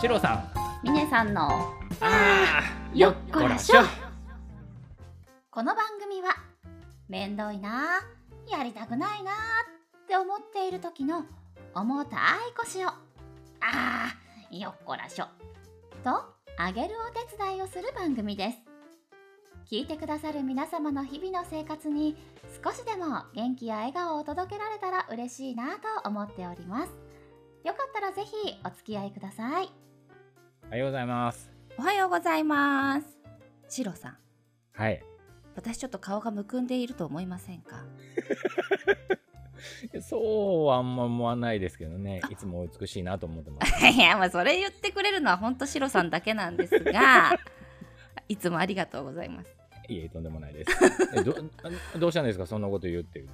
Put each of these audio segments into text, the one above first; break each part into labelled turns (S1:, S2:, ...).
S1: シロさん
S2: ミネさんの
S1: あー
S2: よっこらしょ
S1: よっ
S2: この番組はめんどいなあやりたくないなあって思っている時の重たい腰をあーよっこらしょとあげるお手伝いをする番組です聞いてくださる皆様の日々の生活に少しでも元気や笑顔を届けられたら嬉しいなあと思っておりますよかったらぜひお付き合いください
S1: おはようございます
S2: おはようございますシロさん
S1: はい
S2: 私ちょっと顔がむくんでいると思いませんか
S1: そうはあんま思わないですけどね
S2: あ
S1: いつもお美しいなと思ってます
S2: いやまあそれ言ってくれるのは本当シロさんだけなんですが いつもありがとうございます
S1: いえとんでもないですえど あどうしたんですかそんなこと言うっていうの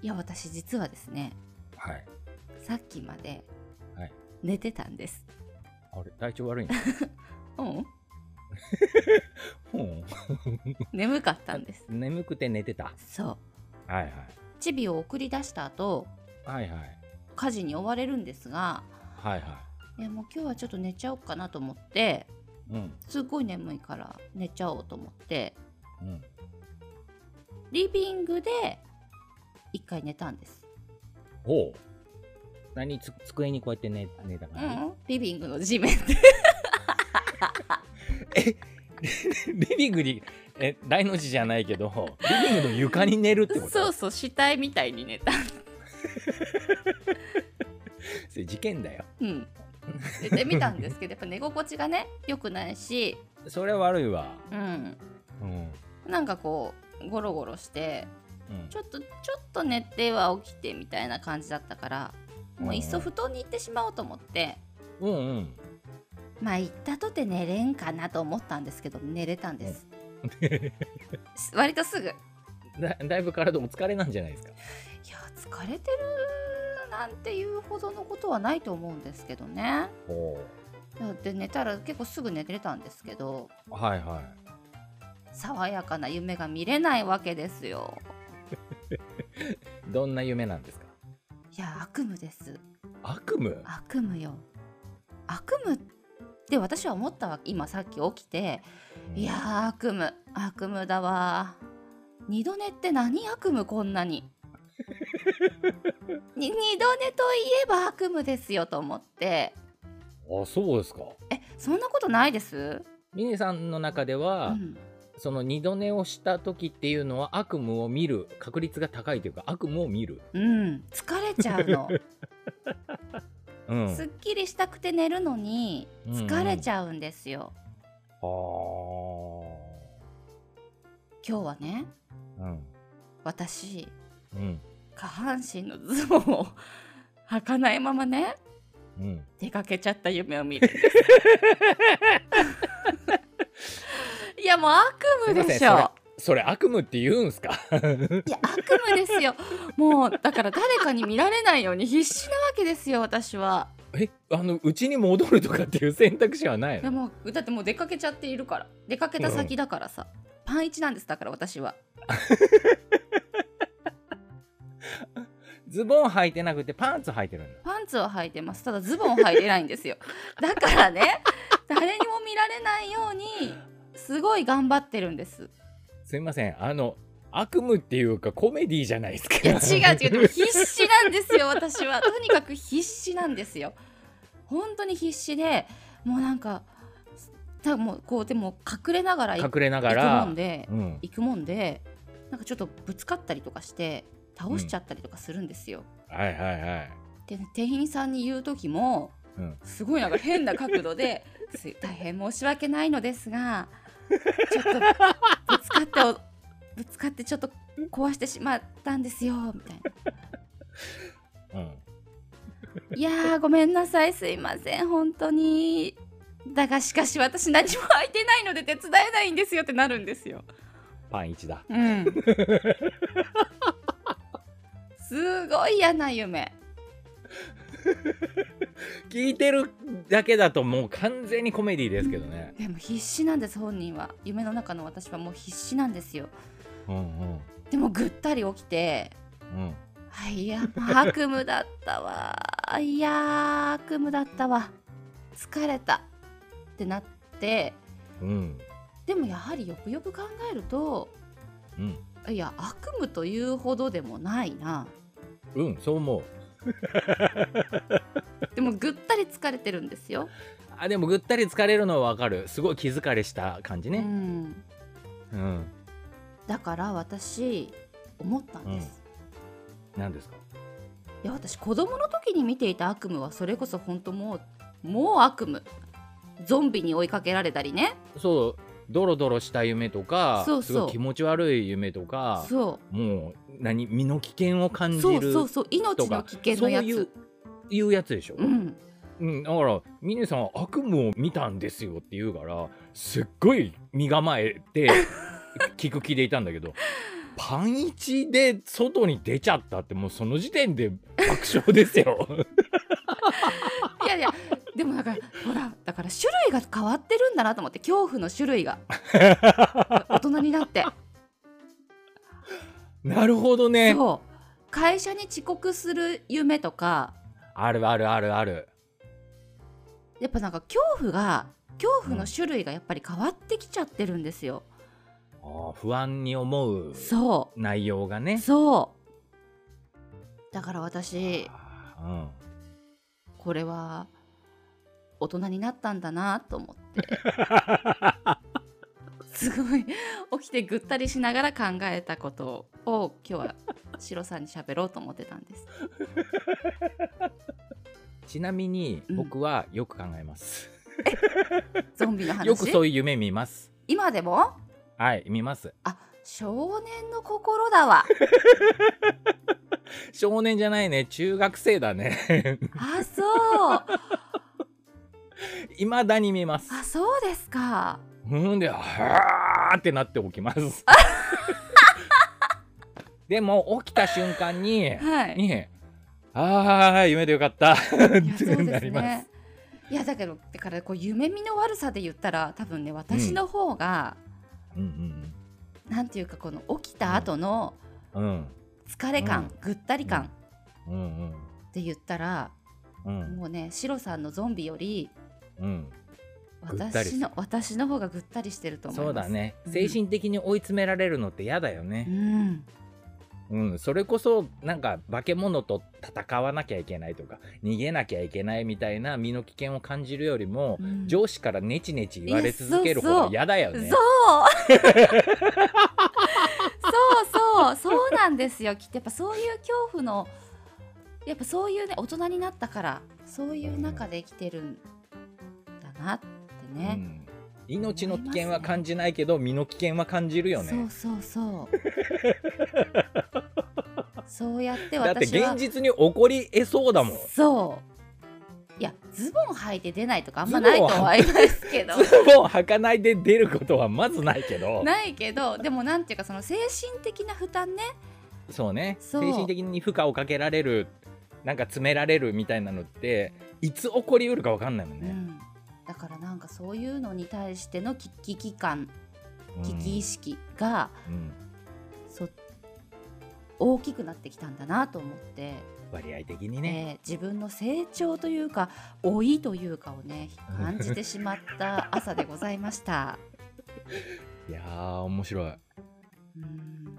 S2: いや私実はですね
S1: ははい
S2: さっきまで
S1: はい
S2: 寝てたんです、
S1: あれ体調悪いん ですか
S2: うん
S1: うん
S2: 眠かったんです
S1: 眠くて寝てたは
S2: そう
S1: いはい
S2: チビを送り出した後
S1: はいはい
S2: 家事に追われるんですが
S1: はいはい
S2: やもう今日はちょっと寝ちゃおうかなと思って
S1: いうん
S2: すごい眠いから寝ちゃおうと思って
S1: うん
S2: リビングで一回寝たんです
S1: ほう何つ机にこうやって寝寝た
S2: う
S1: 感じ、
S2: んリビングの地面で
S1: リビングにえ大の字じゃないけどリビングの床に寝るってこと
S2: そうそう死体みたいに寝た
S1: それ事件だよ
S2: うんでで見たんですけどやっぱ寝心地がね良くないし、
S1: それは悪いわ
S2: うん、
S1: うん
S2: なんかこうゴロゴロして
S1: うん
S2: ちょっとちょっと寝ては起きてみたいな感じだったからもういっそ布団に行ってしまおうと思って
S1: うんうん
S2: まあ行ったとて寝れんかなと思ったんですけど寝れたんです 割とすぐいや
S1: だだいぶ体お疲れなんじゃないですか
S2: 疲れてるなんていうほどのことはないと思うんですけどね
S1: ほ
S2: で寝たら結構すぐ寝れたんですけど
S1: うはいはい
S2: 爽やかな夢が見れないわけですよ
S1: どんな夢なんですか
S2: いや悪夢です
S1: 悪夢
S2: 悪夢よ悪夢って私は思ったわ今さっき起きていやー悪夢悪夢だわ二度寝って何悪夢こんなにに二度寝といえば悪夢ですよと思って
S1: あそうですか
S2: えそんなことないです、
S1: ミネさんの中で
S2: う
S1: は、
S2: ん、
S1: その二度寝をした時っていうのは悪夢を見る確率が高いというか悪夢を見る
S2: うん、疲れちゃうの
S1: うん
S2: すっきりしたくて寝るのに
S1: うんうん
S2: 疲れちゃうんですよ、
S1: あー
S2: 今日はね
S1: うん
S2: 私
S1: うん
S2: 下半身のズボンを履かないままね
S1: うん
S2: 出かけちゃった夢を見るんです いやもう悪夢です
S1: い
S2: しょ
S1: ませんそれ悪夢って言うんすか
S2: いや悪夢ですよもうだから誰かに見られないように必死なわけですよ私は
S1: えあのうちに戻るとかっていう選択肢はない
S2: いや
S1: の
S2: もうだってもう出かけちゃっているから出かけた先だからさ、パンイチなんですだから私は
S1: ズボン履いてなくてパンツ履いてるんだ
S2: パンツは履いてますただズボン履いてないんですよ だからね誰にも見られないようにすごい頑張ってるんです
S1: すいませんあの悪夢っていうかコメディじゃないですか
S2: いや違う違うでも必死なんですよ私はとにかく必死なんですよ本当に必死でもうなんかたもうこうでも隠れながら行
S1: 隠
S2: く
S1: れなが
S2: 行
S1: ら
S2: くもんで
S1: うん、
S2: 行くもんでなんかちょっとぶつかったりとかして倒しちゃったりとかするんですよ、
S1: はいはいはい
S2: でね店員さんに言う時も、
S1: うん
S2: すごいなんか変な角 度で「す大変申し訳ないのですがちょっとぶつかっておぶつかってちょっと壊してしまったんですよ」みたいな
S1: うん
S2: 「いやーごめんなさいすいません本当に」だがしかし私何も空いてないので手伝えないんですよってなるんですよ。
S1: パン一だ
S2: うん、 すごい嫌な夢。
S1: 聞いてるだけだともう完全にコメディですけどね
S2: でも必死なんです本人は夢の中の私はもう必死なんですよ
S1: うんうん
S2: でもぐったり起きて
S1: うん
S2: あいやもう悪夢だったわいやー悪夢だったわ疲れたってなって
S1: うん
S2: でもやはりよくよく考えると
S1: うん
S2: いや悪夢というほどでもないな
S1: うんそう思う
S2: でもぐったり疲れてるんですよ。
S1: あでもぐったり疲れるのはわかるすごい気疲れした感じ
S2: う
S1: ね
S2: ん、
S1: うん、
S2: だから私思ったんです、
S1: なんですか
S2: いや私子供の時に見ていた悪夢はそれこそ本当もうもう悪夢ゾンビに追いかけられたりね
S1: そうドロドロした夢とか
S2: そうそう
S1: すごい気持ち悪い夢とか
S2: そ
S1: もう何身の危険を感
S2: う
S1: じ
S2: そ
S1: る
S2: うそうそう命の危険のやつ
S1: そういう
S2: う
S1: いうやつでしょ、
S2: ん
S1: うん、だから峰さんは悪夢を見たんですよって言うからすっごい身構えて 聞く気でいたんだけどパンイチで外に出ちゃったってもうその時点で爆笑ですよ。
S2: いやい やでもだからほらだから種類が変わってるんだなと思って恐怖の種 類が大人になって
S1: なるほどね
S2: そう会社に遅刻する夢とか
S1: あるあるあるある
S2: やっぱなんか恐怖が恐怖の種類がやっぱり変わってきちゃってるんですよ。
S1: あー不安に思う
S2: そ
S1: 内容が
S2: う
S1: ね。
S2: そうだから私
S1: あ
S2: これは大人になったんだなと思って すごい起きてぐったりしながら考えたことを今日はシロさんに喋ろうと思ってたん です。
S1: うん、ちなみに
S2: うん
S1: 僕はよく考えます。
S2: ゾンビの話
S1: よくそういう夢見ます。
S2: 今でも
S1: はい見ます。
S2: あ少年の心だわ
S1: 少年じゃないね中学生だね。
S2: あそう
S1: いまだに見ます。
S2: あそうですか
S1: うんで、はーってなって起きます。でも起きた瞬間に、
S2: はい
S1: にああ夢でよかったっ
S2: いや
S1: て
S2: そう
S1: な
S2: です
S1: ります
S2: ね。いやだけどだからこう夢見の悪さで言ったら多分ね私の方が、
S1: うん
S2: なんていうかこの起きた後の
S1: うんうん
S2: 疲れ感、
S1: うん
S2: ぐったり感
S1: うんうん
S2: って言ったら、
S1: うんうん
S2: もうねシロさんのゾンビより
S1: うんぐったりす
S2: 私の私の方がぐったりしてると思います
S1: そうだね
S2: うん
S1: 精神的に追い詰められるのって嫌だよ
S2: う
S1: ね、
S2: ん
S1: うん、それこそなんか化け物と戦わなきゃいけないとか逃げなきゃいけないみたいな身の危険を感じるよりも、
S2: うん
S1: 上司からネチネチ言われ続ける方
S2: いやそうそう
S1: が嫌だよ
S2: そう
S1: ね
S2: そうそうそうなんですよきっとやっぱそういう恐怖のやっぱそういうね大人になったからそういう中で生きてるんだなって
S1: う
S2: ね、
S1: ん命の危険は感じないけど、身の危険は感じるよ
S2: そ
S1: ね
S2: うそうそう そうやって
S1: だって
S2: 私は
S1: 現実に起こりえそうだもん
S2: そういやズボン履いて出ないとかあんまないとは思います けど
S1: ズボン履かないで出ることはまずないけど
S2: ないけどでもなんていうかその精神的な負担ね
S1: そうね
S2: そう
S1: 精神的に負荷をかけられるなんか詰められるみたいなのっていつ起こりうるかわかんないもん
S2: う
S1: ね、
S2: ん、だからなんかそういうのに対しての危機危機感
S1: うん
S2: 危機意識が、
S1: うん
S2: そ大きくなってきたんだなと思って、
S1: 割合的にね、
S2: えー自分の成長というか老いというかを ね感じてしまった朝でございました。
S1: いやー面白い
S2: うん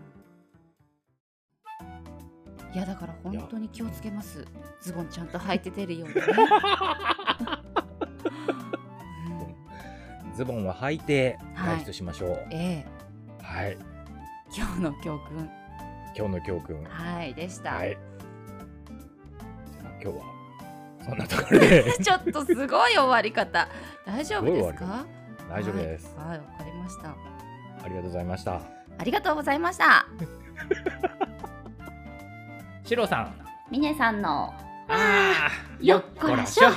S2: いやだから本当に気をつけますズボンちゃんと履いて出るようにね、
S1: ズボンは履いて
S2: はい
S1: 外出しましょう
S2: うんええ
S1: はい、
S2: 今日の教訓
S1: 今日の教訓
S2: はいでした、
S1: はい今日はそんなところで
S2: ちょっとすごい終わり方大丈夫です
S1: すごい終
S2: か
S1: 大丈夫です、
S2: はいはいわかりました
S1: ありがとうございました
S2: ありがとうございました
S1: シロさん
S2: ミネさんの
S1: あー
S2: よっこらしょ